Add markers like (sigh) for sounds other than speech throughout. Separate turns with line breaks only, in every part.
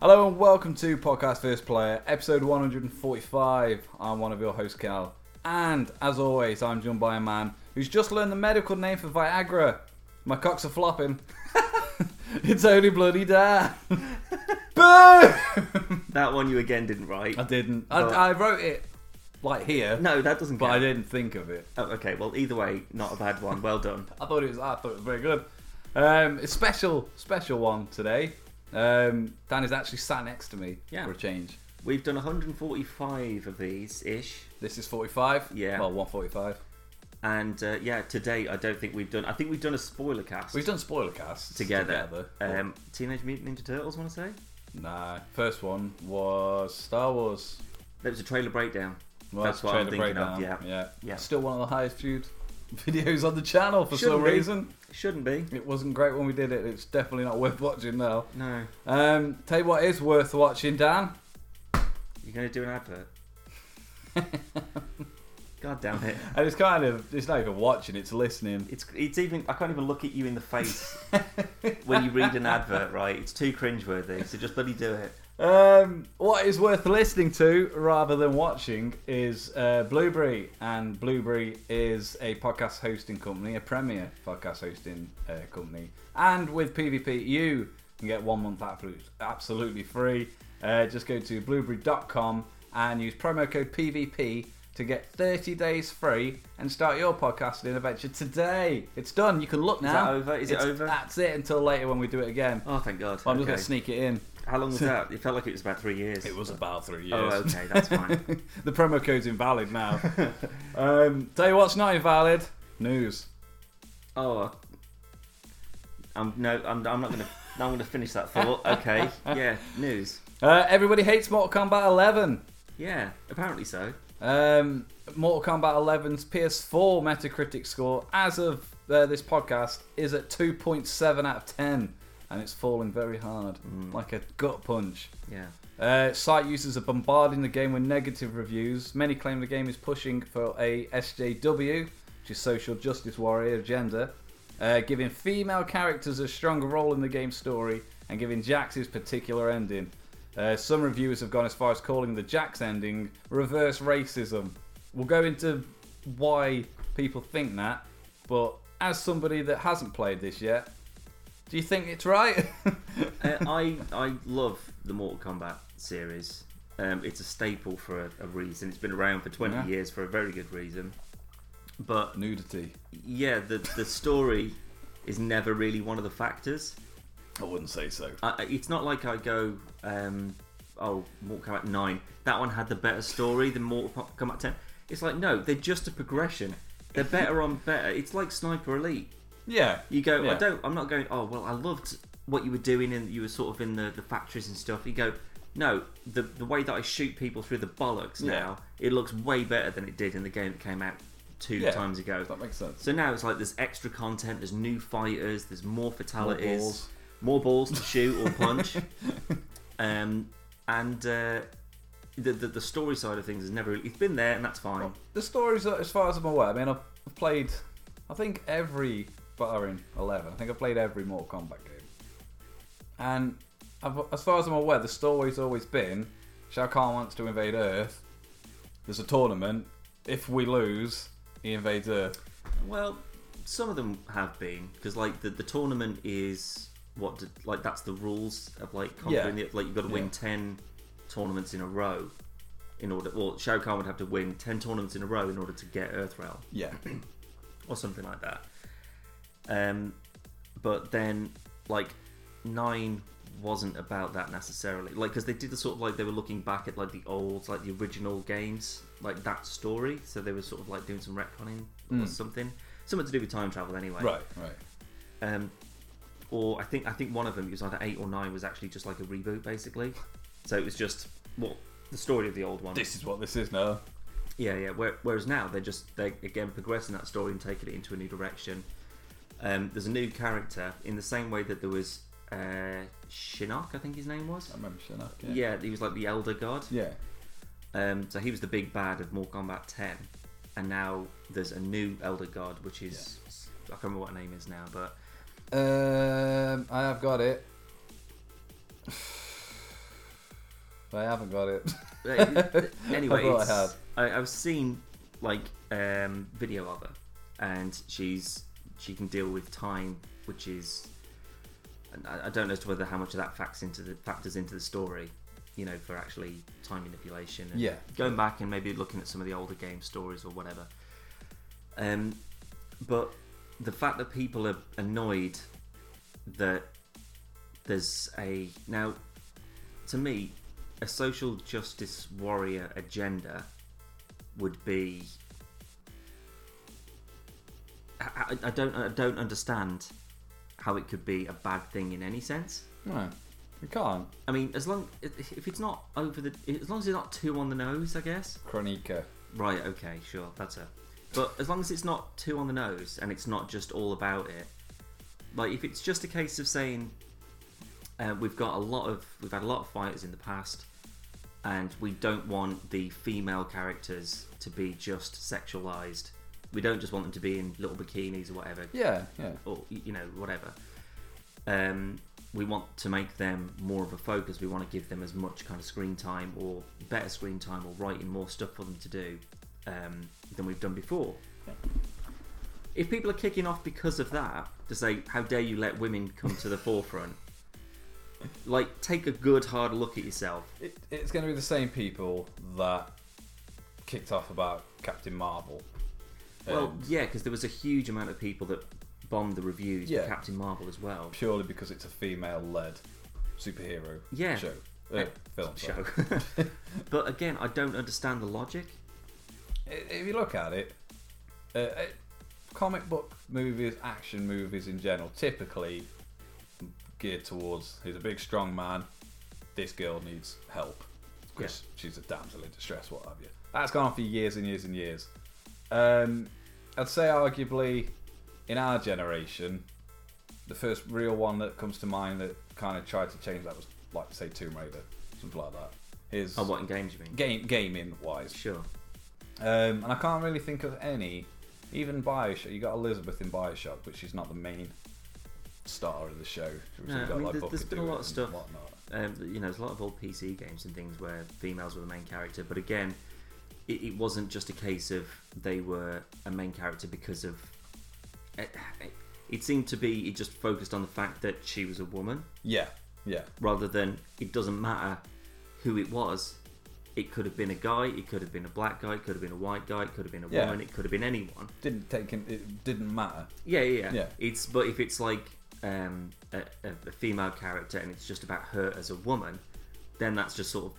welcome to Podcast First Player, episode 145. I'm one of your hosts, Cal. And as always, I'm joined by a man who's just learned the medical name for Viagra. My cocks are flopping. (laughs) it's only bloody
(laughs)
Dan. Boom!
That one you again didn't write.
I didn't. I,
But-
I wrote it like here,
No, that doesn't.
but
count.
I didn't think of it.
Oh, okay. Well, either way, not a bad one. Well done.
I thought it was. I thought it was very good. Um, it's special, special one today. Um, Dan is actually sat next to me
Yeah.
for a change.
We've done 145 of these ish,
This is 45.
Yeah.
Well, 145.
and uh, yeah, today I don't think we've done. I think we've done a spoiler cast
We've done spoiler casts
together.
together.
Um, Teenage Mutant Ninja Turtles. Want to say
nah, first one was Star Wars.
that was a trailer breakdown.
Well,
That's what I'm
trailer
thinking
breakdown.
of, yeah.
yeah,
Yeah.
Still one of the highest viewed (laughs) videos on the channel for some
Shouldn't be.
reason.
Shouldn't be.
It wasn't great when we did it. It's definitely not worth watching now.
No,
Um, tell you what is worth watching, Dan.
you're going to do an
(laughs)
advert. God damn it!
And it's kind of it's not even watching; it's listening.
It's it's even. I can't even look at you in the face when you read an advert. Right? It's too cringeworthy. So just bloody do it.
Um, what is worth listening to rather than watching is uh, Blueberry, and Blueberry is a podcast hosting company, a premier podcast hosting uh, company. And with PvP, you can get one month absolute, absolutely free. Uh, just go to blueberry.com and use promo code PvP to get 30 days free and start your podcasting adventure today. It's done. You can look
Is
now.
that over? Is it
It's-
over?
That's it until later when we do it again.
Oh, thank God.
I'm just
Okay.
going to sneak it in.
How long was that? It felt like it was about three years.
It was about three years.
Oh, okay,
(laughs)
that's fine.
the promo code's invalid
(laughs)
now. um, tell you what's not invalid. News.
oh, I'm no, I'm, I'm not gonna. no, I'm gonna finish that thought. Okay, yeah, news.
Uh, everybody hates Mortal Kombat 11.
Yeah, apparently so.
Um, Mortal Kombat 11's PS4 Metacritic score, as of uh, this podcast, is at 2.7 out of 10, and it's falling very hard,
Hmm.
like a gut punch.
Yeah,
Uh, site users are bombarding the game with negative reviews. Many claim the game is pushing for a SJW, which is social justice warrior agenda, uh, giving female characters a stronger role in the game's story and giving Jax his particular ending. Uh, some reviewers have gone as far as calling the Jax ending reverse racism. We'll go into why people think that, but as somebody that hasn't played this yet, do you think it's right? (laughs)
uh, I I love the Mortal Kombat series. Um, it's a staple for a, a reason. It's been around for 20
Yeah.
years for a very good reason. But
Nudity.
yeah, the the story is never really one of the factors.
I wouldn't say so.
I, I- it's not like I go, um, oh, Mortal Kombat 9. That one had the better story than Mortal Po- Kombat 10. It's like, no, they're just a progression. They're better on better. It's like Sniper Elite.
Yeah.
You go,
Yeah.
I don't, I'm not going, oh, well, I loved what you were doing and you were sort of in the, the factories and stuff. You go, no, the, the way that I shoot people through the bollocks
Yeah.
now, it looks way better than it did in the game that came out two
Yeah.
times ago.
That makes sense.
So now it's like there's extra content, there's new fighters, there's more fatalities, more
balls.
balls, to shoot or punch, (laughs) um, and uh, the, the the story side of things has never really, it's been there and that's fine.
The stories, uh, as far as I'm aware, I mean, I've played, I think every, barring 11, I think I've played every Mortal Kombat game. And I've, as far as I'm aware, the story's always been Shao Kahn wants to invade Earth, there's a tournament, if we lose, he invades Earth.
Well, some of them have been because like the, the tournament is what did, like that's the rules of like conquering
Yeah.
the, like you've got to win
Yeah.
ten tournaments in a row in order. Well, Shao Kahn would have to win ten tournaments in a row in order to get Earthrealm.
Yeah.
or something like that. Um, but then like nine wasn't about that necessarily, like because they did the sort of like they were looking back at like the old, like the original games, like that story. So they were sort of like doing some retconning or something, something to do with time travel
(clears throat)
anyway.
Hmm. Right, right.
Um, or I think I think one of them it was either eight or nine was actually just like a reboot basically. So it was just well the story of the old one.
This is what this is now.
Yeah, yeah. Where, whereas now they're just they're again progressing that story and taking it into a new direction. Um, there's a new character in the same way that there was uh, Shinnok, I think his name was.
I remember Shinnok.
Yeah. he was like the elder god.
Yeah.
Um, so he was the big bad of Mortal Kombat 10, and now there's a new elder god, which is I can't remember what her name is now,
(laughs)
but
Um, I have got it. I haven't got it. (laughs)
Uh, anyway,
I thought I
it's-
had.
I have seen like um, video of her, and she's she can deal with time, which is and I, I don't know as to whether how much of that facts into the factors into the story, you know, for actually time manipulation. And
Yeah.
going back and maybe looking at some of the older game stories or whatever. Um, but the fact that people are annoyed that there's a now to me a social justice warrior agenda would be I, I- I don't I don't understand how it could be a bad thing in any sense.
No, you can't.
I mean, as long if it's not over the as long as it's not too on the nose, I guess.
Chronica.
Right, okay, sure, that's it. But as long as it's not too on the nose and it's not just all about it, like if it's just a case of saying uh, we've got a lot of we've had a lot of fighters in the past, and we don't want the female characters to be just sexualized. We don't just want them to be in little bikinis or whatever
Yeah, yeah.
or y- you know whatever. Um, we want to make them more of a focus. We want to give them as much kind of screen time or better screen time or writing more stuff for them to do um, than we've done before. If people are kicking off because of that, to say how dare you let women come to the forefront, like take a good hard look at yourself.
It, it's going to be the same people that kicked off about Captain Marvel.
Well,
Um,
yeah, because there was a huge amount of people that bombed the reviews
Yeah.
for Captain Marvel as well.
purely because it's a female-led superhero
Yeah.
show. Uh,
Uh,
film. sorry.
show. (laughs) but again, I don't understand the logic.
I- If you look at it, uh, uh, comic book movies, action movies in general, typically geared towards he's a big, strong man. This girl needs help because she's a damsel in distress, what have you. That's gone on for years and years and years. Um, I'd say arguably, in our generation, the first real one that comes to mind that kind of tried to change that was like say Tomb Raider, something like that. His
Oh, what in games you mean?
game gaming wise,
Sure.
um, and I can't really think of any. Even Bioshock, you got Elizabeth in Bioshock, but she's not the main star of the show. She was
No,
got,
I mean,
like,
there's- there's been a
Buckaroo
lot of
and
stuff.
whatnot.
Um, you know, there's a lot of old PC games and things where females were the main character, but again, it, it wasn't just a case of they were a main character because of. It, it seemed to be it just focused on the fact that she was a woman,
Yeah, yeah,
rather than it doesn't matter who it was. It could have been a guy, it could have been a black guy, it could have been a white guy, it could have been a
Yeah.
woman, it could have been anyone.
didn't take in- it. Didn't matter.
Yeah, yeah,
Yeah.
It's but if it's like um, a, a a female character and it's just about her as a woman, then that's just sort of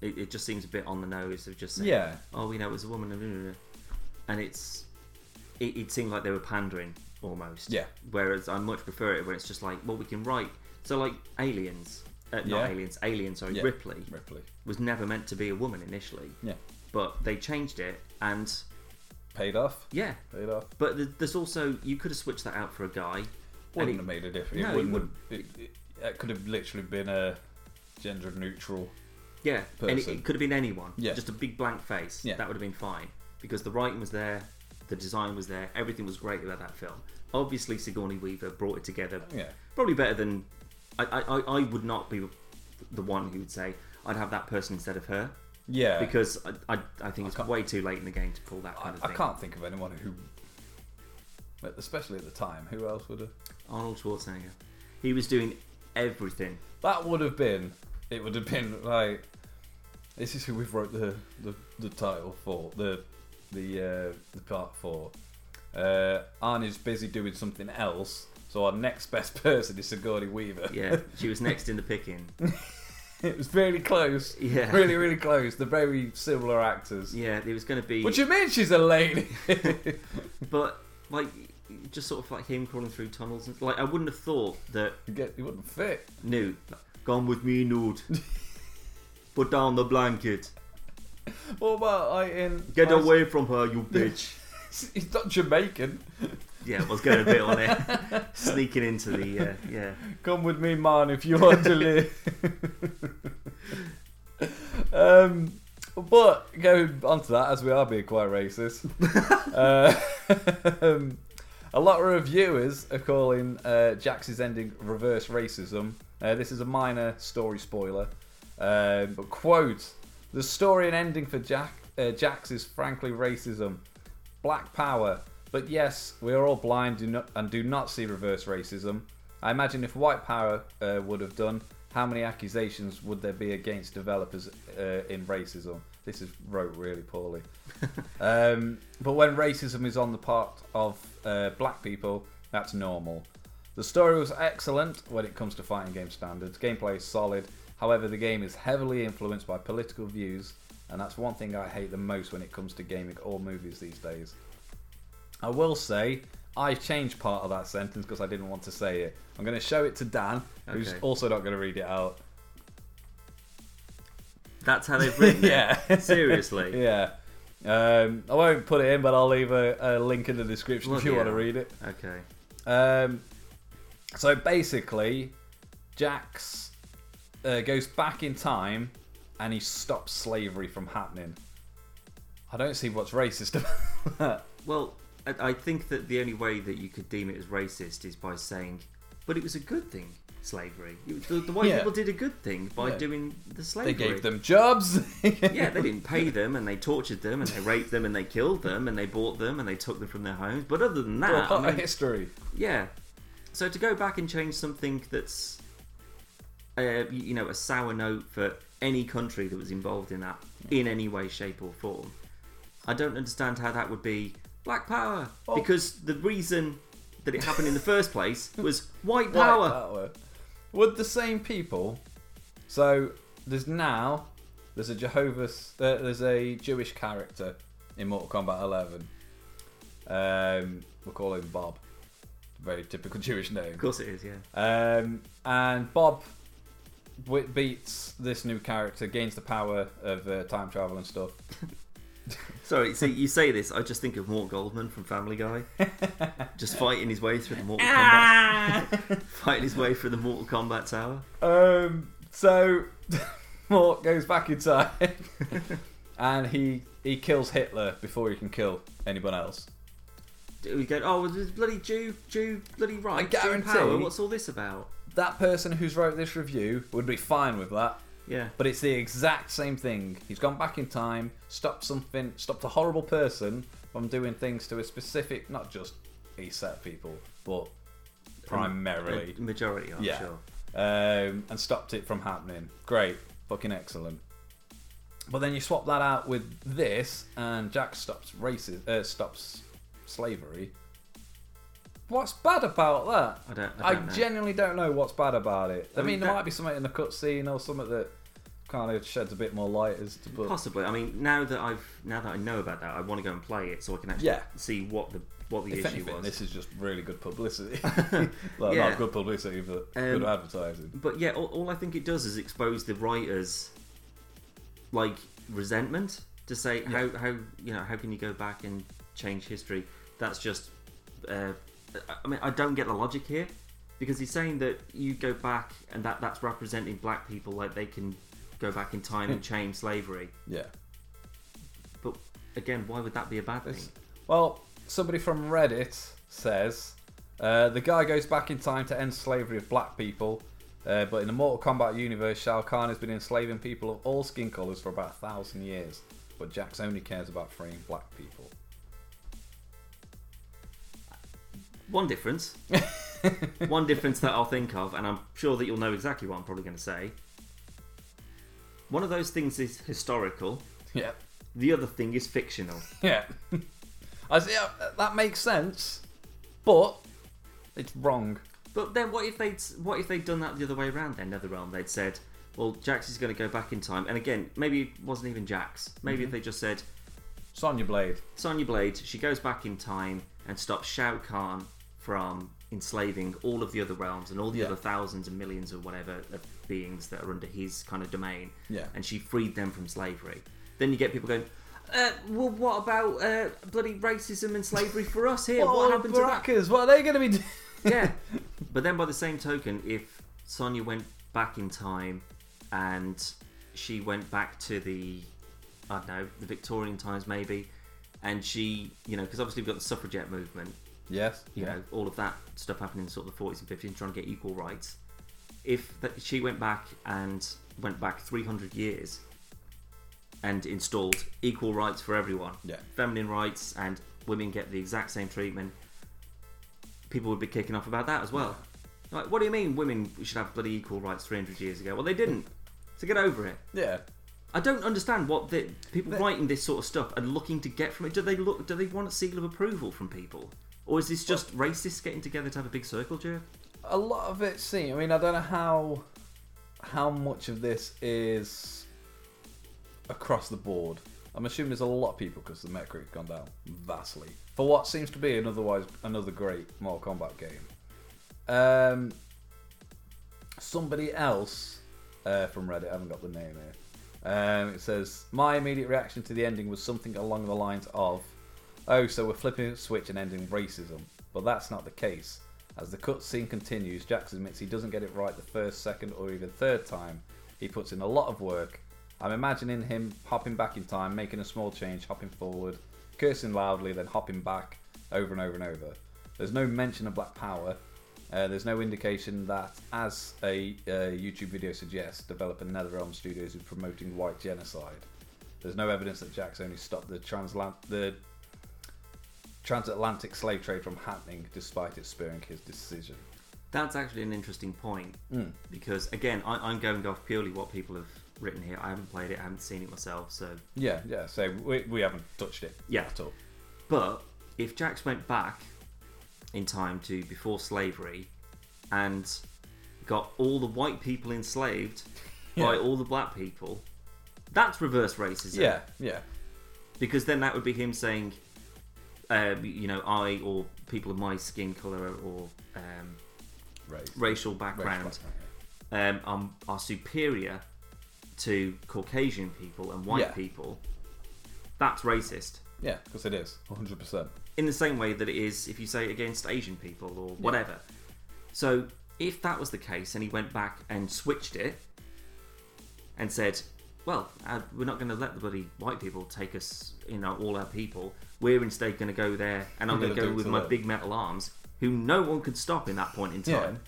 it, it just seems a bit on the nose of just saying,
Yeah,
oh, you know, it was a woman, and blah, blah, blah." and it's it, it seemed like they were pandering almost.
Yeah.
Whereas I much prefer it when it's just like, well, we can write so like aliens, uh, not
Yeah.
aliens, alien, sorry,
Yeah.
Ripley
Ripley.
was never meant to be a woman initially,
Yeah,
but they changed it, and
paid off.
yeah,
Paid off.
but th- there's also you could have switched that out for a guy.
Wouldn't
it-
have made a difference.
no,
it
it
wouldn't. Have, it, it, it could have literally been a gender neutral.
Yeah, and it,
person.
it could have been anyone.
Yeah.
just a big blank face.
Yeah.
that would have been fine because the writing was there, the design was there, everything was great about that film. Obviously, Sigourney Weaver brought it together,
Yeah,
probably better than I. I, I, I would not be the one who would say I'd have that person instead of her
yeah.
because I, I, I think it's
can't-
way too late in the game to pull that
I,
kind of
I
thing.
can't think of anyone who, but especially at the time, who else would have.
Arnold Schwarzenegger, he was doing everything.
that would have been it would have been like this is who we've wrote the the, the title for the the uh, the part for uh, Arnie's busy doing something else so our next best (laughs) person is Sigourney Weaver
Yeah, she was next in the picking.
(laughs) it was very close
Yeah,
really really close they're very similar actors
Yeah, it was going to be.
what do you mean she's a lady (laughs)
But like, just sort of like him crawling through tunnels. And, like, I wouldn't have thought that
you, get, you wouldn't fit
Nude, gone with me,
(laughs)
Nude. Put down the blanket.
what about I in
Get
I-
away from her, you bitch.
(laughs) he's not Jamaican
yeah, I was going a bit on it, sneaking into the uh, yeah.
Come with me, man, if you want to live. um, but going on to that, as we are being quite racist, uh, (laughs) um, a lot of reviewers are calling uh, Jax's ending reverse racism. Uh, this is a minor story spoiler. Um, but quote: The story and ending for Jack uh, Jax is frankly racism, black power. But yes, we are all blind do not, and do not see reverse racism. I imagine if white power uh, would have done, how many accusations would there be against developers uh, in racism? This is wrote really poorly. Um, but when racism is on the part of uh, black people, that's normal. The story was excellent when it comes to fighting game standards. Gameplay is solid. However, the game is heavily influenced by political views, and that's one thing I hate the most when it comes to gaming or movies these days. I will say, I changed part of that sentence because I didn't want to say it. I'm going to show it to Dan, who's
Okay.
also not going to read it out.
That's how they've
(laughs)
written
Yeah. (laughs)
it. Seriously.
Yeah. Um, I won't put it in, but I'll leave a, a link in the description if
Bloody
you want to
hell.
read it.
Okay.
Um, so basically, Jax uh, goes back in time and he stops slavery from happening. I don't see what's racist about that.
Well, I, I think that the only way that you could deem it as racist is by saying, but it was a good thing, slavery. You- The, the white
Yeah.
people did a good thing by
Yeah.
doing the
They
slavery.
gave them jobs. (laughs)
yeah, they didn't pay them, and they tortured them, and they raped them, and they killed them, and they bought them, and they took them from their homes. But other than
They're
that,
part
I
of
mean,
history.
yeah. So to go back and change something that's, uh, y- you know, a sour note for any country that was involved in that in any way, shape, or form, I don't understand how that would be black power
Well-
because the reason that it happened in the first place was white
White
power.
power. Would the same people? So there's now there's a Jehovah's uh, there's a Jewish character in Mortal Kombat 11. Um, we'll call him Bob. Very typical (laughs) Jewish name.
Of course, it is. Yeah.
Um, and Bob w- beats this new character, gains the power of uh, time travel and stuff.
Sorry, see, you say this, I just think of Mort Goldman from
(laughs)
Family Guy, just fighting his way through the Mortal Kombat,
Ah!
(laughs) fighting his way through the Mortal Kombat tower.
Um, so (laughs) Mort goes back in time, and he he kills Hitler before he can kill anyone else.
We go, oh, well, this bloody Jew, Jew, bloody right, Jew
guarantee-
power. What's all this about?
That person who's wrote this review would be fine with that,
Yeah,
but it's the exact same thing. He's gone back in time, stopped something, stopped a horrible person from doing things to a specific, not just a set of people, but primarily,
A majority, I'm
yeah,
sure.
um, and stopped it from happening. Great, fucking excellent. But then you swap that out with this, and Jack stops racism, uh, stops slavery. What's bad about that?
I don't. I, don't know.
genuinely don't know what's bad about it. I,
I mean,
mean, there
that-
might be something in the cutscene or something that kind of sheds a bit more light as to. But
Possibly. I mean, now that I've now that I know about that, I want to go and play it so I can actually
Yeah.
see what the what the
if
issue
anything,
was.
this is just really good
(laughs)
publicity. well,
Yeah.
not good publicity, but
Um,
good advertising.
But yeah, all, all I think it does is expose the writers, like resentment, to say how how you know how can you go back and change history? That's just, uh, I- I mean, I don't get the logic here, because he's saying that you go back and that that's representing black people, like they can go back in time and change slavery.
Yeah.
But again, why would that be a bad thing?
It's- Well, somebody from Reddit says uh, the guy goes back in time to end slavery of black people, uh, but in the Mortal Kombat universe, Shao Kahn has been enslaving people of all skin colors for about a thousand years, but Jax only cares about freeing black people.
One difference, one difference that I'll think of, and I'm sure that you'll know exactly what I'm probably going to say. One of those things is historical,
Yeah,
The other thing is fictional.
(laughs) yeah. I see uh, that makes sense, but it's wrong.
But then, what if they'd what if they'd done that the other way around? Then NetherRealm, they'd said, "Well, Jax is going to go back in time." And again, maybe it wasn't even Jax. Maybe if they just said,
Sonya Blade.
"Sonya Blade, she goes back in time and stops Shao Kahn from enslaving all of the other realms and all the
Yeah.
other thousands and millions or whatever of beings that are under his kind of domain."
Yeah.
And she freed them from slavery. Then you get people going. Uh, well, what about uh, bloody racism and slavery for us here?
Oh,
what happened to that?
Barackers? What are they going to be doing?
yeah. (laughs) But then by the same token, if Sonya went back in time and she went back to the, I don't know, the Victorian times maybe, and she, you know, because obviously we've got the suffragette movement,
Yes.
you know, all of that stuff happening in sort of the 40s and 50s, trying to get equal rights. if that she went back and went back 300 years and installed equal rights for everyone,
Yeah.
feminine rights, and women get the exact same treatment, people would be kicking off about that as well. Like, what do you mean women should have bloody equal rights 300 years ago? Well, they didn't. So get over it.
Yeah.
I don't understand what the people
They-
writing this sort of stuff are looking to get from it. Do they look? Do they want a seal of approval from people, or is this just racists getting together to have a big circle jerk?
a lot of it seems. I mean, I don't know how how much of this is across the board. I'm assuming there's a lot of people because the Metacritic's gone down vastly for what seems to be an otherwise another great Mortal Kombat game. Um, somebody else uh, from Reddit, I haven't got the name here. Um, it says my immediate reaction to the ending was something along the lines of, "Oh, so we're flipping a switch and ending racism," but that's not the case. As the cutscene continues, Jax admits he doesn't get it right the first, second, or even third time. He puts in a lot of work. I'm imagining him hopping back in time, making a small change, hopping forward, cursing loudly, then hopping back over and over and over. There's no mention of black power. Uh, there's no indication that, as a uh, YouTube video suggests, developer NetherRealm Studios is promoting white genocide. There's no evidence that Jax only stopped the, transla- the transatlantic slave trade from happening, despite it spurring his decision.
That's actually an interesting point
Hmm.
because again, I, I'm going off purely what people have written here. I haven't played it, I haven't seen it myself. So,
Yeah, yeah. So we, we haven't touched it
Yeah.
at all.
but if Jax went back in time to before slavery and got all the white people enslaved
(laughs)
by
Yeah.
all the black people, that's reverse racism.
Yeah, yeah,
because then that would be him saying, um, you know, I or people of my skin color or um,
race,
racial
racial
background
yeah.
um, are, are superior to Caucasian people and white
Yeah.
people. That's racist.
Yeah, because it is 100. percent
In the same way that it is if you say against Asian people or whatever. So if that was the case and he went back and switched it and said, well, uh, we're not going to let the bloody white people take us, you know, all our people. We're instead going to go there and I'm
We're
going to
gonna
go
do it
with
to
my
them."
big metal arms, who no one could stop in that point in
Yeah.
time.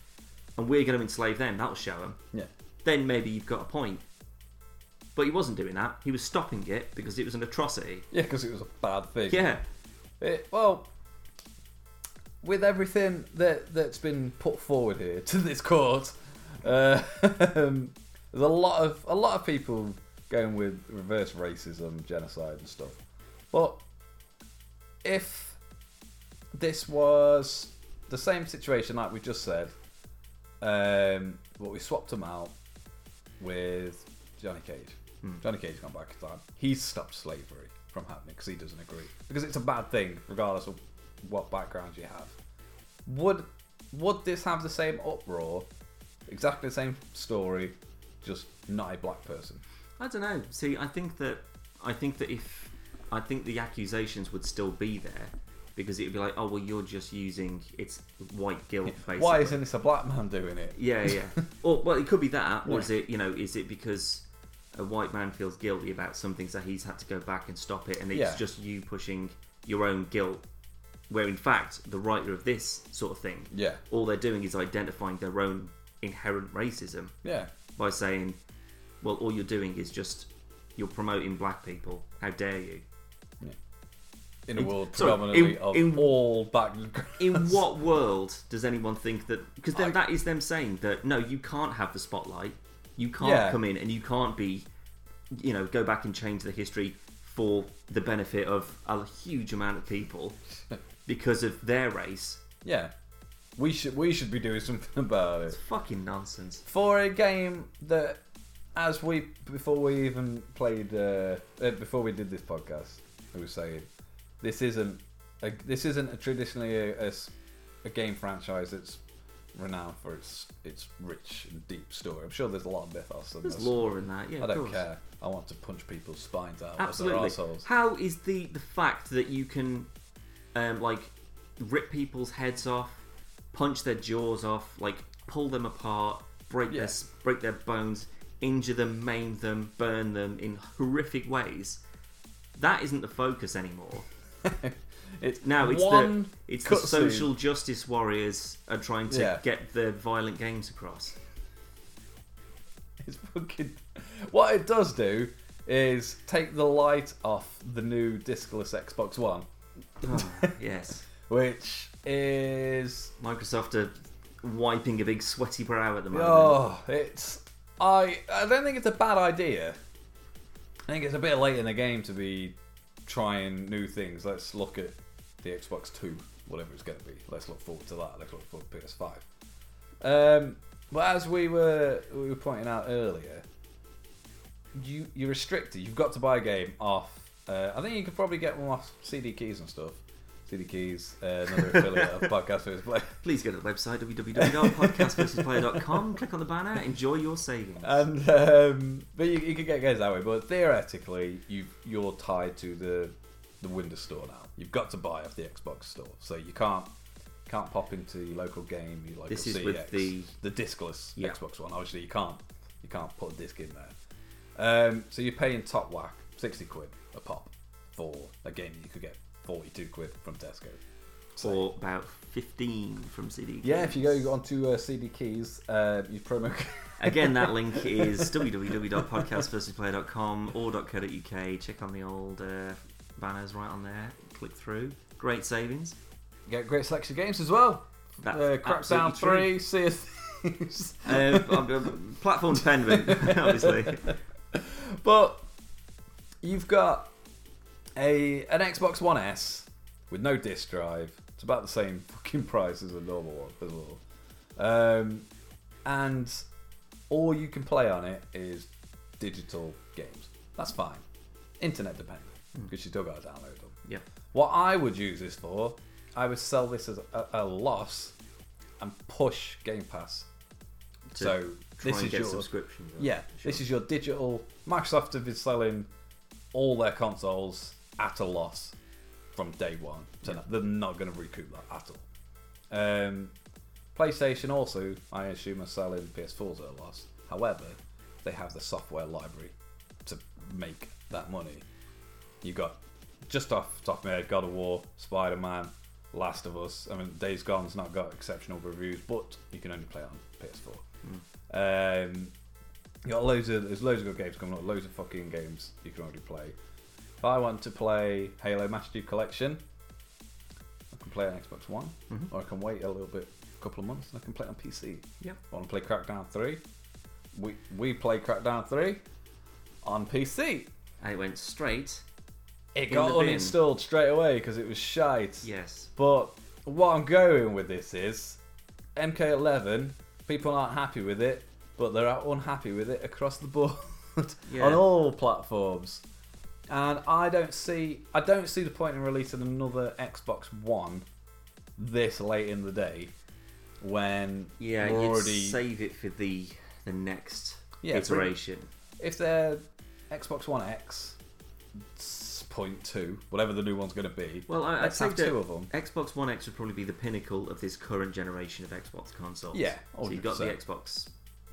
And we're going to enslave them. That'll show them
Yeah,
then maybe you've got a point. But he wasn't doing that. He was stopping it because it was an atrocity.
yeah, because it was a bad thing.
Yeah,
It, well, with everything that that's been put forward here to this court, (laughs) uh, there's a lot of a lot of people going with reverse racism, genocide, and stuff. But if this was the same situation like we just said, um, but we swapped him out with Johnny Cage.
Hmm.
Johnny Cage gone back in time. He's stopped slavery from happening because he doesn't agree because it's a bad thing, regardless of what background you have. Would would this have the same uproar? Exactly the same story, just not a black person.
I don't know. See, I think that I think that if I think the accusations would still be there because it would be like, oh well, you're just using it's white guilt. Basically.
Why isn't this a black man doing it?
Yeah, yeah.
(laughs)
or well, it could be that, or is it you know, is it because a white man feels guilty about something so he's had to go back and stop it, and it's
Yeah.
just you pushing your own guilt, where in fact the writer of this sort of thing,
Yeah.
all they're doing is identifying their own inherent racism
Yeah,
by saying, well, all you're doing is just you're promoting black people. How dare you?
in a world
sorry, in-
predominantly of
in-
all backgrounds.
In what world does anyone think that? Because then
I-
that is them saying that no, you can't have the spotlight. You can't
Yeah.
come in and you can't be, you know, go back and change the history for the benefit of a huge amount
(laughs)
of people because of their race.
(laughs) Yeah, we should we should be doing something (laughs) about it.
It's fucking nonsense.
for a game that as we before we even played uh, uh, before we did this podcast we were saying this isn't a, this isn't a traditionally a, a s- a game franchise that's renowned for its its rich and deep story i'm sure there's a lot of mythos in
There's
this.
law in that. Yeah,
i
of
don't
course.
care i want to punch people's spines out
Absolutely.
as their arseholes (laughs)
How is the the fact that you can, um, like, rip people's heads off, punch their jaws off, like pull them apart, break
Yeah.
their s- break their bones, injure them, maim them, burn them in horrific ways? That isn't the focus anymore.
it's
Now it's
one
the it's the
cutscene.
social justice warriors are trying to
Yeah. (laughs)
get their violent games across.
It's fucking. What it does do is take the light off the new discless Xbox One,
Oh, yes.
which is
Microsoft are wiping a big sweaty brow at the moment.
oh, it's. I I don't think it's a bad idea. I think it's a bit late in the game to be trying new things. Let's look at the Xbox Two, whatever it's going to be. Let's look forward to that. Let's look forward to PS Five. Um, but as we were we were pointing out earlier, you you're restricted. You've got to buy a game off. Uh, I think you could probably get one off CD Keys and stuff. CD Keys, uh, another affiliate of Podcast First Play.
Please go to the website www.podcastversusplayer.com. click on the banner. Enjoy your savings.
And um, but you, you could get games that way. But theoretically, you you're tied to the the Windows Store now. You've got to buy off the Xbox Store, so you can't can't pop into your local game. Your local
This is
CX,
with the-
the discless
Yeah.
Xbox One. Obviously, you can't you can't put a disc in there. Um, so you're paying top whack sixty quid a pop for a game you could get forty two quid from Tesco. So-
or about 15 from CD.
yeah, if you go onto uh, CD Keys, uh, your promo. (laughs) code-
Again, that link is www.podcastversusplayer.com or .co.uk. Check on the old uh, banners right on there. Click through. Great savings.
Get a great selection of games as well.
That's
Uh, Crackdown
absolutely true.
3, Sea of Thieves.
Uh, um, um, platform dependent, (laughs) obviously.
(laughs) But you've got a an Xbox One S with no disc drive. It's about the same fucking price as a normal one as well. Um, and all you can play on it is digital games. That's fine. Internet dependent
Hmm.
because you still got to download them.
Yeah.
What I would use this for, I would sell this as a, a loss and push Game Pass.
To
so
Try
this
and
is
get
your
subscriptions. right?
yeah,
Sure.
this is your digital. Microsoft have been selling all their consoles at a loss from day one. So no- they're not going to recoup that at all. Um, PlayStation also, I assume, are selling PS4s at a loss. However, they have the software library to make that money. You got just off the top of my head, God of War, Spider Man, Last of Us. I mean, Days Gone's not got exceptional reviews, but you can only play on PS4. Um, you got loads of there's loads of good games coming up, loads of fucking games you can already play. If I want to play Halo Master Chief Collection, I can play it on Xbox One,
Mhm.
or I can wait a little bit, a couple of months, and I can play it on PC.
Yeah.
I want to play Crackdown Three. We we play Crackdown Three on PC.
And it went straight.
It
In
got
the bin.
uninstalled straight away because it was shite.
Yes.
But what I'm going with this is MK11. People aren't happy with it, but they're unhappy with it across the board (laughs)
Yeah.
on all platforms. And I don't see, I don't see the point in releasing another Xbox One this late in the day when
Yeah,
we're
you'd
already
save it for the the next
Yeah, pretty-
iteration.
if they're Xbox One X it's point two, whatever the new one's going to be.
Well, I, I'd
let's
say
have
that
two of them.
Xbox One X would probably be the pinnacle of this current generation of Xbox consoles.
Yeah,
so you got the
100%.
Xbox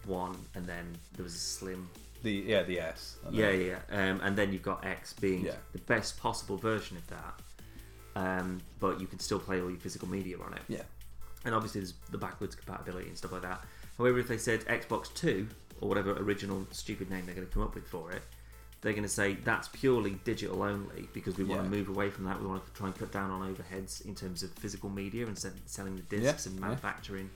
One, and then there was a Slim.
The yeah, the S. and
Yeah,
then-
yeah, yeah. um, and then you've got X being
Yeah.
the best possible version of that. Um, but you can still play all your physical media on it,
yeah.
and obviously there's the backwards compatibility and stuff like that. However, if they said Xbox Two or whatever original stupid name they're going to come up with for it, they're going to say that's purely digital only because we want
Yeah.
to move away from that. We want to try and cut down on overheads in terms of physical media and se- selling the discs
Yeah,
and
yeah.
manufacturing.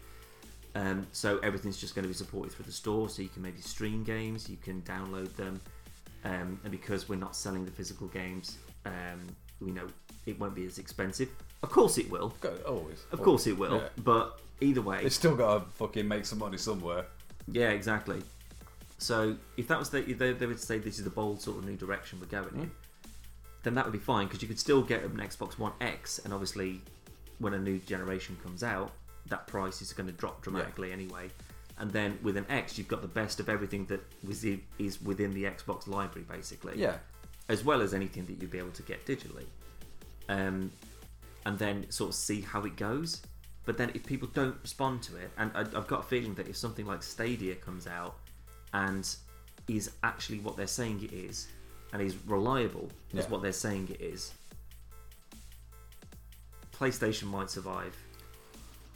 Um, so everything's just going to be supported through the store. So you can maybe stream games, you can download them, um, and because we're not selling the physical games, um, we know it won't be as expensive. Of course, it will.
Go- always.
Of course it will,
Yeah.
but either way,
They still got to fucking make some money somewhere.
yeah, exactly. So if that was the, if they, they would say this is the bold sort of new direction we're going in, then that would be fine because you could still get an Xbox One X, and obviously, when a new generation comes out, that price is going to drop dramatically anyway. And then with an X, you've got the best of everything that was i- is within the Xbox library, basically
Yeah.
as well as anything that you'd be able to get digitally. Um, and then sort of see how it goes. But then if people don't respond to it, and I, I've got a feeling that if something like Stadia comes out and is actually what they're saying it is, and is reliable as
Yeah.
what they're saying it is, PlayStation might survive.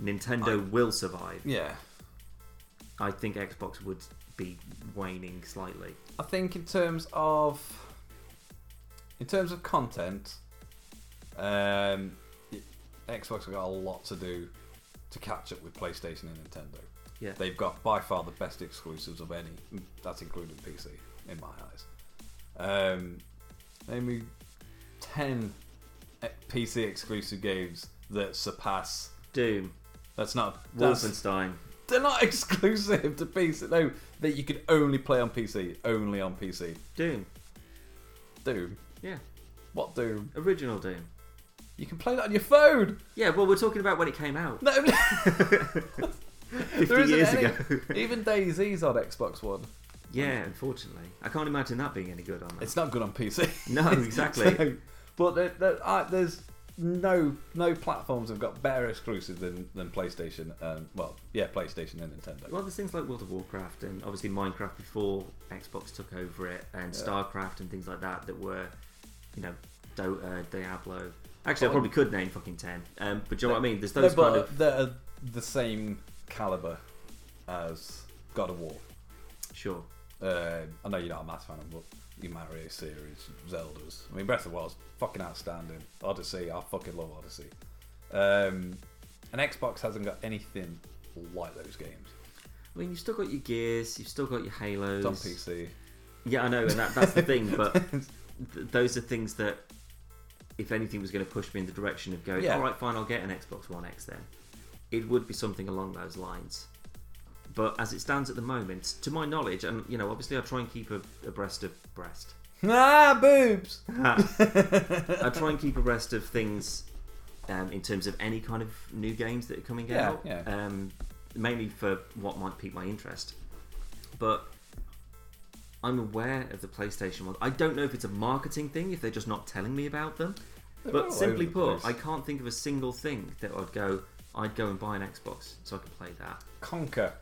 Nintendo will survive.
Yeah.
I think Xbox would be waning slightly.
I think in terms of in terms of content, um, y- Xbox have got a lot to do to catch up with PlayStation and Nintendo.
Yeah.
They've got by far the best exclusives of any. That's including PC in my eyes. Um, name me ten e- PC exclusive games that surpass.
Doom,
That's not. That's,
Wolfenstein.
they're not (laughs) exclusive to PC. No, that you can only play on PC. Only on PC.
Doom.
Doom.
Yeah.
What Doom?
Original Doom.
You can play that on your phone. (laughs)
Yeah, well, we're talking about when it came out.
No,
50
(laughs) there isn't
years
any.
ago. (laughs)
Even DayZ's on Xbox One.
yeah, unfortunately. I can't imagine that being any good on that.
It's not good on PC. (laughs)
(laughs) No, exactly.
So- but there, there, I, there's no no platforms have got better exclusives than, than PlayStation. Um, well, yeah, PlayStation and Nintendo.
Well, there's things like World of Warcraft and obviously Minecraft before Xbox took over it, and
Yeah.
StarCraft and things like that that were, you know, Dota, Diablo. Actually, I
Well,
probably could name fucking ten. Um, but do you know what I mean? There's
No,
those
but
kind of
they're the same caliber as God of War.
sure.
Uh, I know you're not a mass fan of but your Mario series, Zeldas. I mean, Breath of the Wild's fucking outstanding. Odyssey, I fucking love Odyssey. Um, and Xbox hasn't got anything like those games.
I mean, you've still got your Gears, you've still got your Halos.
It's on PC.
Yeah, I know, and that, that's the thing. But th- those are things that, if anything, was going to push me in the direction of going.
Yeah.
All right, fine, I'll get an Xbox One X then. It would be something along those lines. But as it stands at the moment, to my knowledge, and you know, obviously, I try and keep a, abreast of breast.
ah, boobs! (laughs)
I try and keep abreast of things um, in terms of any kind of new games that are coming
Yeah,
out,
yeah.
Um, mainly for what might pique my interest. But I'm aware of the PlayStation one. I don't know if it's a marketing thing, if they're just not telling me about them.
They're all
but
over
simply
the
put,
place.
I can't think of a single thing that I'd go. I'd go and buy an Xbox so I could play that.
Conquer.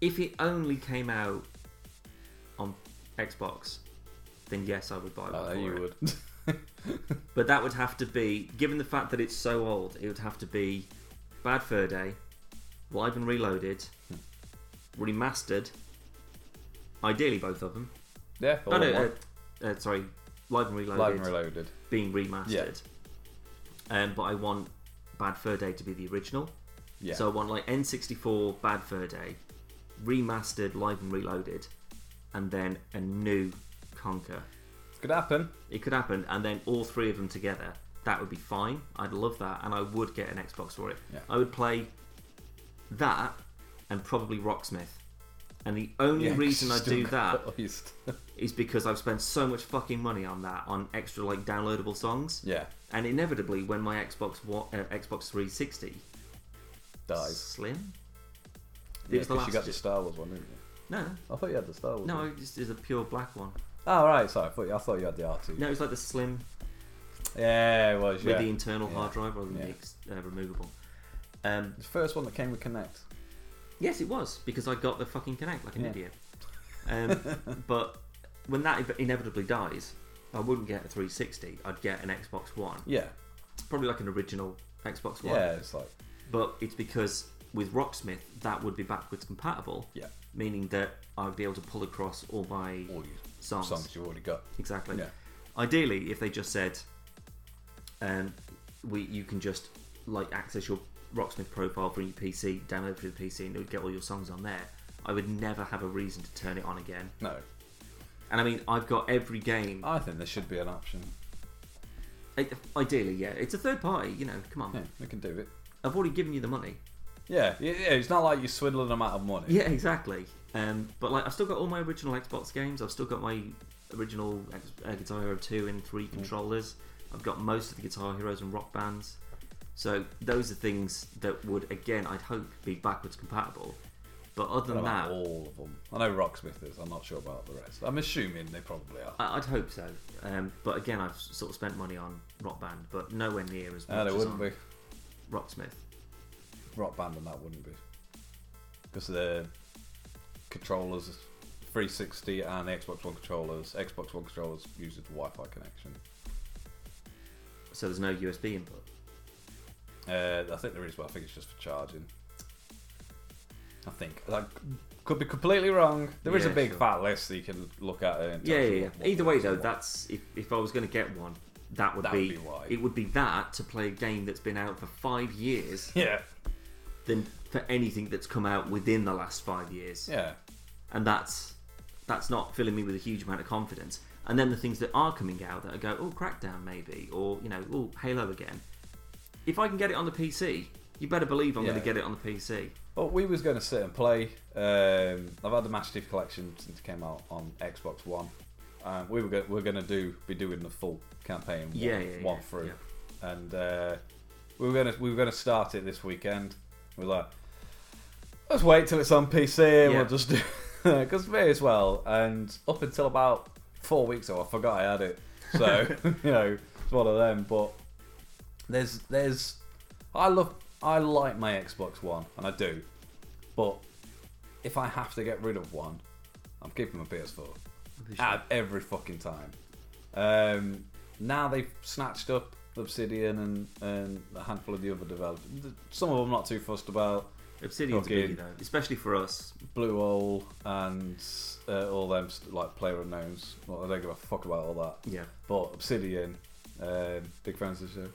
If it only came out on Xbox, then yes, I would buy one.
Oh,
for
you
it.
would. (laughs)
But that would have to be, given the fact that it's so old, it would have to be Bad Fur Day, Live and Reloaded, Remastered, ideally both of them.
yeah,
Oh,
all
no,
in one.
uh, uh, sorry, Live and Reloaded
Live and reloaded.
being remastered. Um, but I want Bad Fur Day to be the original.
Yeah.
So I want like N64 Bad Fur Day, remastered, Live and Reloaded, and then a new Conquer.
It's going to happen.
It could happen, and then all three of them together. That would be fine. I'd love that, and I would get an Xbox for it.
Yeah.
I would play that and probably Rocksmith. And the only
Yeah,
reason I
still
do that
(laughs) closed.
is because I've spent so much fucking money on that, on extra like downloadable songs,
yeah,
and inevitably when my Xbox One, uh, Xbox 360
dies.
Slim, It
Yeah,
was the
'cause you got
last-
the Star Wars one, didn't you?
no,
I thought you had the Star Wars
no,
one.
it is a pure black one.
Oh, right, sorry. I thought you, I thought you had the R2.
No, it's like the Slim
Yeah, it was,
with
yeah.
the internal
Yeah.
hard drive rather than the
Yeah.
ex- uh, removable. Um,
The first one that came with Connect.
Yes, it was because I got the fucking connect like an
Yeah. (laughs)
idiot. Um, but when that ev- inevitably dies, I wouldn't get a 360. I'd get an Xbox One,
Yeah,
probably like an original Xbox One.
yeah. It's like
But it's because with Rocksmith that would be backwards compatible,
yeah,
meaning that I'd be able to pull across all my
all your
songs.
songs you've already got.
Exactly.
Yeah,
Ideally, if they just said, um, we you can just like access your Rocksmith profile from your PC, download it through the PC, and it would get all your songs on there. I would never have a reason to turn it on again.
no,
And I mean, I've got every game.
I think there should be an option.
I- Ideally, yeah, it's a third party. You know, come on.
Yeah, we can do it.
I've already given you the money.
Yeah, yeah, yeah, it's not like you're swindling them out of money.
Yeah, exactly. Um, but like, I've still got all my original Xbox games. I've still got my original X- uh, Guitar Hero two and
Mm.
three controllers. I've got most of the Guitar Heroes and Rock Bands. So those are things that would, again, I'd hope be backwards compatible. But
I
other
don't know
than
about
that,
all of them. I know Rocksmith is. I'm not sure about the rest. I'm assuming they probably are.
I- I'd hope so. Um, but again, I've sort of spent money on Rock Band, but nowhere near as
No,
much
they
as
wouldn't
on
be
Rocksmith.
Rock Band, and that wouldn't be because the controllers, 360 and the Xbox One controllers. Xbox One controllers uses Wi-Fi connection.
So there's no USB input.
Uh, I think there is, but I think it's just for charging. I think. Like, could be completely wrong. There is
Yeah,
a big
sure.
fat list that you can look at. And
Yeah,
tell you
yeah, yeah.
what- what
Either way,
ones you
though,
want.
that's if, if I was going to get one, that would
That
be,
would be why.
it would be that to play a game that's been out for five years
yeah,
than for anything that's come out within the last five years,
yeah,
and that's that's not filling me with a huge amount of confidence. And then the things that are coming out that I go, oh, Crackdown maybe, or you know, oh, Halo again. If I can get it on the PC, you better believe I'm going
Yeah.
to get it on the PC.
Well, we was going to sit and play. Um, I've had the Master Chief Collection since it came out on Xbox One. Um, we were go- we're going to do be doing the full campaign one,
Yeah, yeah,
one
yeah,
through, and uh, we were going to we were going to start it this weekend. We were like, let's wait till it's on PC and
Yeah.
we'll just do (laughs) because may as well. And up until about four weeks ago, I forgot I had it. So (laughs) you know, it's one of them. But there's there's I love I like my Xbox One and I do, but if I have to get rid of one, I'm keeping my PS4 out of every fucking time. Um, now they've snatched up Obsidian and, and a handful of the other developers. Some of them not too fussed about.
Obsidian's
Okay.
a biggie though, especially for us.
Blue Hole and uh, all them st- like player unknowns. Well, I don't give a fuck about all that.
Yeah,
But Obsidian, um, big friends of the show.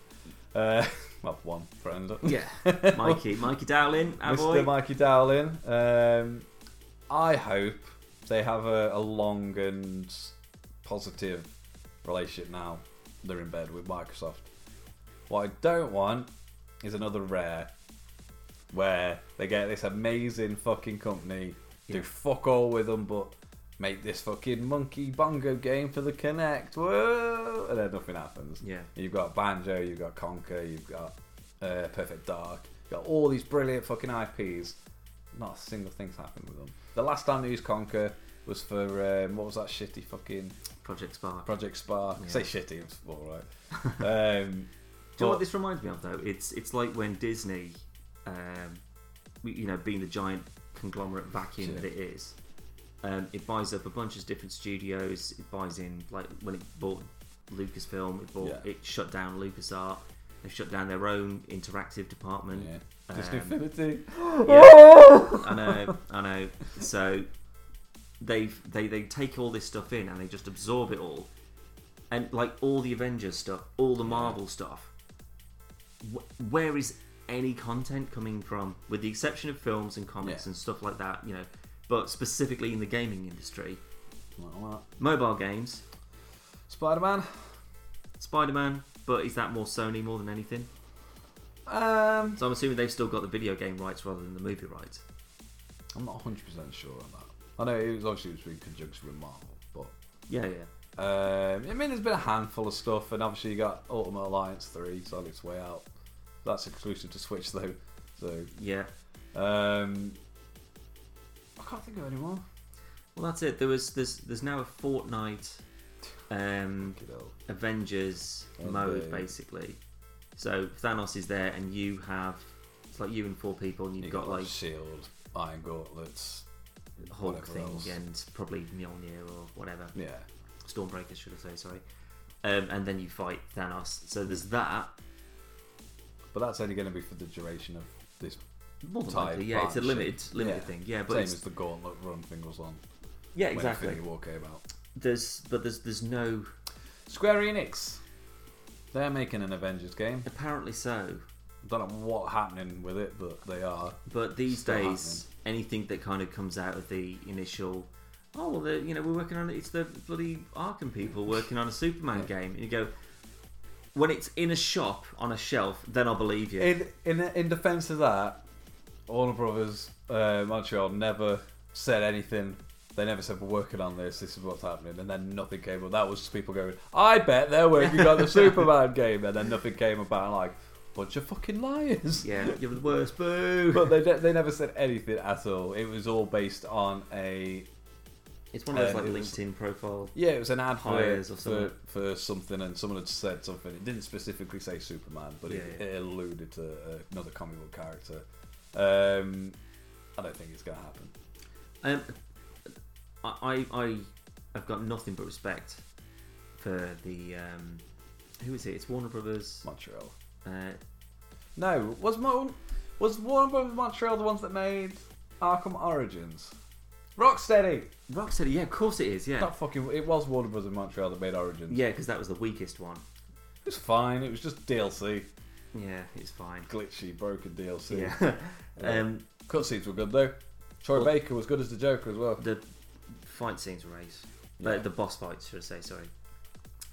Uh, (laughs) well, one friend. (laughs)
yeah. Mikey, Mikey Dowling, our boy.
Mr. Mikey Dowling. Um, I hope they have a, a long and positive relationship now they're in bed with Microsoft. What I don't want is another rare where they get this amazing fucking company,
Yeah.
do fuck all with them, but make this fucking monkey bongo game for the Kinect. Whoa! And then nothing happens.
Yeah.
You've got Banjo, you've got Conker, you've got uh, Perfect Dark, you've got all these brilliant fucking IPs. Not a single thing's happened with them. The last time they used Conker was for um, what was that shitty fucking
Project Spark.
Project Spark?
Yeah.
Say shitty, it's all right. (laughs) um,
Do you know
but-
what this reminds me of though? It's it's like when Disney, um, you know, being the giant conglomerate vacuum
Yeah.
that it is, um, it buys up a bunch of different studios. It buys in like when it bought Lucasfilm, it bought
Yeah.
it shut down LucasArt. They shut down their own interactive department.
yeah.
Um,
Disney Infinity.
I know, I know. So they've they they take all this stuff in and they just absorb it all, and like all the Avengers stuff, all the Marvel stuff. Wh- where is any content coming from, with the exception of films and comics
Yeah.
and stuff like that, you know? But specifically in the gaming industry,
Like that.
mobile games,
Spider-Man.
Spider Man. But is that more Sony more than anything?
Um,
So I'm assuming they've still got the video game rights rather than the movie rights.
I'm not 100 percent sure on that. I know it was obviously it was in conjunction with Marvel, but
Yeah, yeah.
Um, I mean, there's been a handful of stuff, and obviously you got Ultimate Alliance three it's on its way out. That's exclusive to Switch though, so
Yeah.
um, I can't think of any more.
Well, that's it. There was there's there's now a Fortnite, um,
Fucking hell.
Avengers
Oh,
mode
babe.
basically. So Thanos is there, and you have it's like you and four people, and you've
You
got, like
Shield, E Iron Gauntlets,
Hulk
whatever
thing
else.
and probably Mjolnir or whatever
yeah,
Stormbreaker should I say? Sorry. Um, and then you fight Thanos. So there's that.
but that's only going to be for the duration of this.
More than
Tied
likely, yeah, it's a limited
partnership.
limited
Yeah.
thing. Yeah, but
Same
it's,
as the Gauntlet run thing was on.
yeah,
when
exactly.
Infinity War came out.
There's but there's there's no
Square Enix, they're making an Avengers game.
apparently so.
Don't know what's happening with it, but they are.
But these
Still
days, anything that kind of comes out of the initial, oh well, the, you know, we're working on it. It's the bloody Arkham people working on a Superman
Yeah.
game, and you go, when it's in a shop on a shelf, then I'll believe you.
In in in defense of that, Warner Brothers uh, Montreal never said anything. They never said we're working on this. This is what's happening, and then nothing came. up. that was just people going, "I bet they're working on (laughs) the Superman game," and then nothing came about. Like bunch of fucking liars.
yeah, you're the worst. Boo.
But they de- they never said anything at all. It was all based on a
It's one of those
Uh,
like
it was-
LinkedIn profile.
yeah, it was an advert
Hires or
for,
something.
for something, and someone had said something. It didn't specifically say Superman, but it,
Yeah, yeah.
it alluded to uh, another comic book character. Um, I don't think it's going to happen.
Um, I, I, I have got nothing but respect for the um, who is it? It's Warner Brothers.
Montreal.
Uh,
No, was Mo- was Warner Brothers Montreal the ones that made Arkham Origins? Rocksteady.
Rocksteady, yeah, of course it is, yeah.
Not fucking. It was Warner Brothers in Montreal that made Origins.
Yeah, because that was the weakest one.
It was fine. It was just DLC,
Yeah, it's fine.
glitchy, broken DLC.
Yeah. (laughs)
(laughs)
um,
Cutscenes were good though. Troy
Well-
Baker was good as the Joker as well.
the fight scenes were ace.
Yeah.
Uh, the boss fights, should I say, sorry.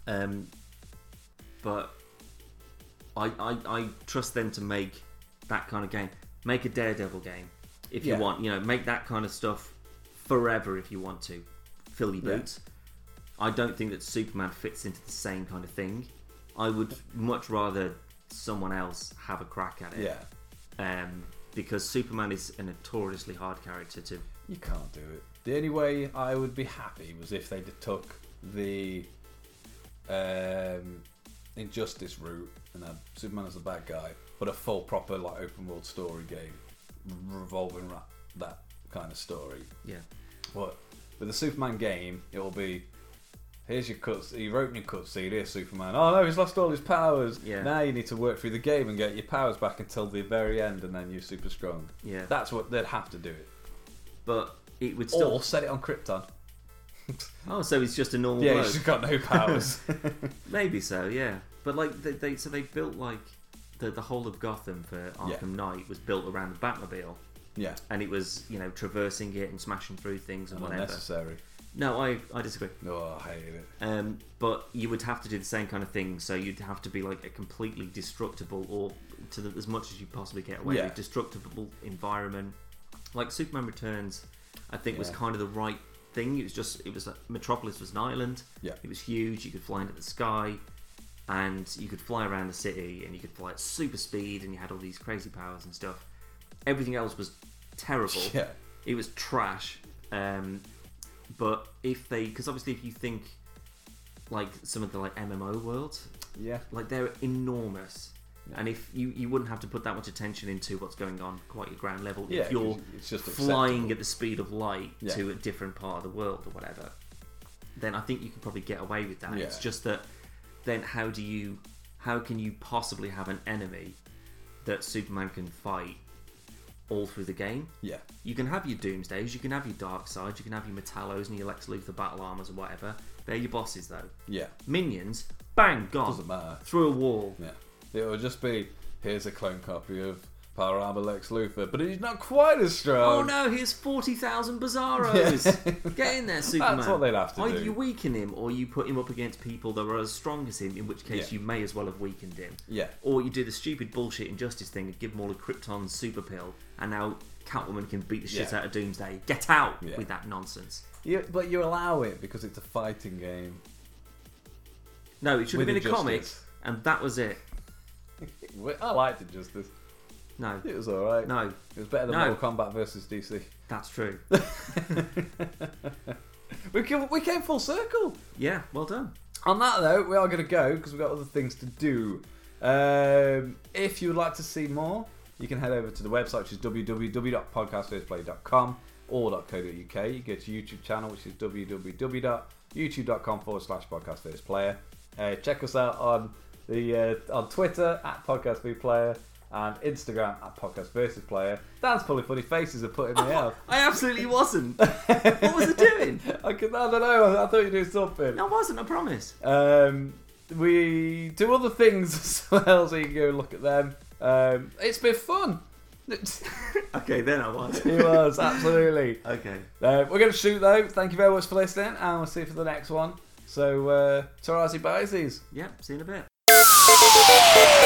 Um, but I, I, I trust them to make that kind of game. Make a Daredevil game if
Yeah.
you want. You know, make that kind of stuff forever if you want to. Fill your
Yeah.
boots. I don't think that Superman fits into the same kind of thing. I would much rather someone else have a crack at it.
Yeah,
Um, because Superman is a notoriously hard character to.
you can't do it. The only way I would be happy was if they took the um, injustice route and had Superman as the bad guy, but a full proper like open world story game revolving ra- that kind of story.
Yeah.
But with the Superman game, it'll be here's your cuts. He wrote your cutscene. Here's Superman. Oh no, he's lost all his powers.
Yeah.
Now you need to work through the game and get your powers back until the very end, and then you're super strong.
Yeah.
That's what they'd have to do it.
but it would still.
Or set it on Krypton.
Oh, so it's just a normal
Yeah, (laughs)
bloke.
he's just got no powers.
Maybe so, yeah. But like they, they so they built like the the whole of Gotham for
Yeah.
Arkham Knight was built around the Batmobile,
yeah,
and it was you know traversing it and smashing through things
Oh,
and whatever.
unnecessary.
No, I I disagree.
No, I hated it.
Um, but you would have to do the same kind of thing. So you'd have to be like a completely destructible, or to the, as much as you possibly get away
Yeah.
with, destructible environment. Like Superman Returns, I think was
Yeah.
kind of the right thing. It was just it was like Metropolis was an island.
Yeah.
it was huge. You could fly into the sky, and you could fly around the city, and you could fly at super speed, and you had all these crazy powers and stuff. Everything else was terrible
(laughs) Yeah,
it was trash. Um, but if they, because obviously, if you think like some of the like MMO worlds,
yeah,
like they're enormous,
Yeah.
and if you you wouldn't have to put that much attention into what's going on quite at ground level
yeah.
if you're
it's just
flying
acceptable.
at the speed of light
Yeah.
to a different part of the world or whatever, then I think you could probably get away with that. It's
Yeah.
just that then how do you how can you possibly have an enemy that Superman can fight all through the game?
Yeah,
You can have your Doomsdays, you can have your Dark Side, you can have your Metallos and your Lex Luthor Battle Armors or whatever. They're your bosses though.
yeah.
Minions, bang,
Doesn't
gone.
matter.
Through a wall.
Yeah. It will just be here's a clone copy of Power Armor Lex Luthor, but he's not quite as
Oh
strong.
no, here's 40,000 Bizarros! (laughs) Get in there, Superman.
That's what they'd have to
Either
do.
you weaken him or you put him up against people that are as strong as him, in which case
Yeah.
you may as well have weakened him.
Yeah.
Or you do the stupid bullshit injustice thing and give them all a Krypton super pill, and now Catwoman can beat the shit
Yeah.
out of Doomsday. Get out
Yeah.
with that nonsense.
You, but you allow it because it's a fighting game.
No, it should have
With
been a comic,
Injustice.
and that was it.
I liked Injustice.
(laughs) No,
It was alright.
no,
It was better than
No.
Mortal Kombat versus DC.
that's (laughs) true.
We came, we came full circle.
yeah, well done.
On that though, we are going to go because we've got other things to do. Um, if you would like to see more, you can head over to the website, which is www.podcastfirstplay.com or .co.uk. You go to YouTube channel, which is www.youtube.com forward slash podcastfirstplayer. Uh, check us out on the uh, on Twitter at podcastfirstplayer and Instagram at podcastfirstplayer. Dan's pulling funny faces and putting me out.
I absolutely (laughs) wasn't. what was I doing?
I, could, I don't know. I thought you were doing something.
I wasn't. I promise.
Um, we do other things (laughs) as well, so you can go and look at them. Um, it's been fun. it
Okay, then I (laughs) was.
was, absolutely.
okay.
Uh, we're going to shoot, though. Thank you very much for listening, and we'll see you for the next one. So, uh, Tarazi Bizees.
Yep. See you in a bit.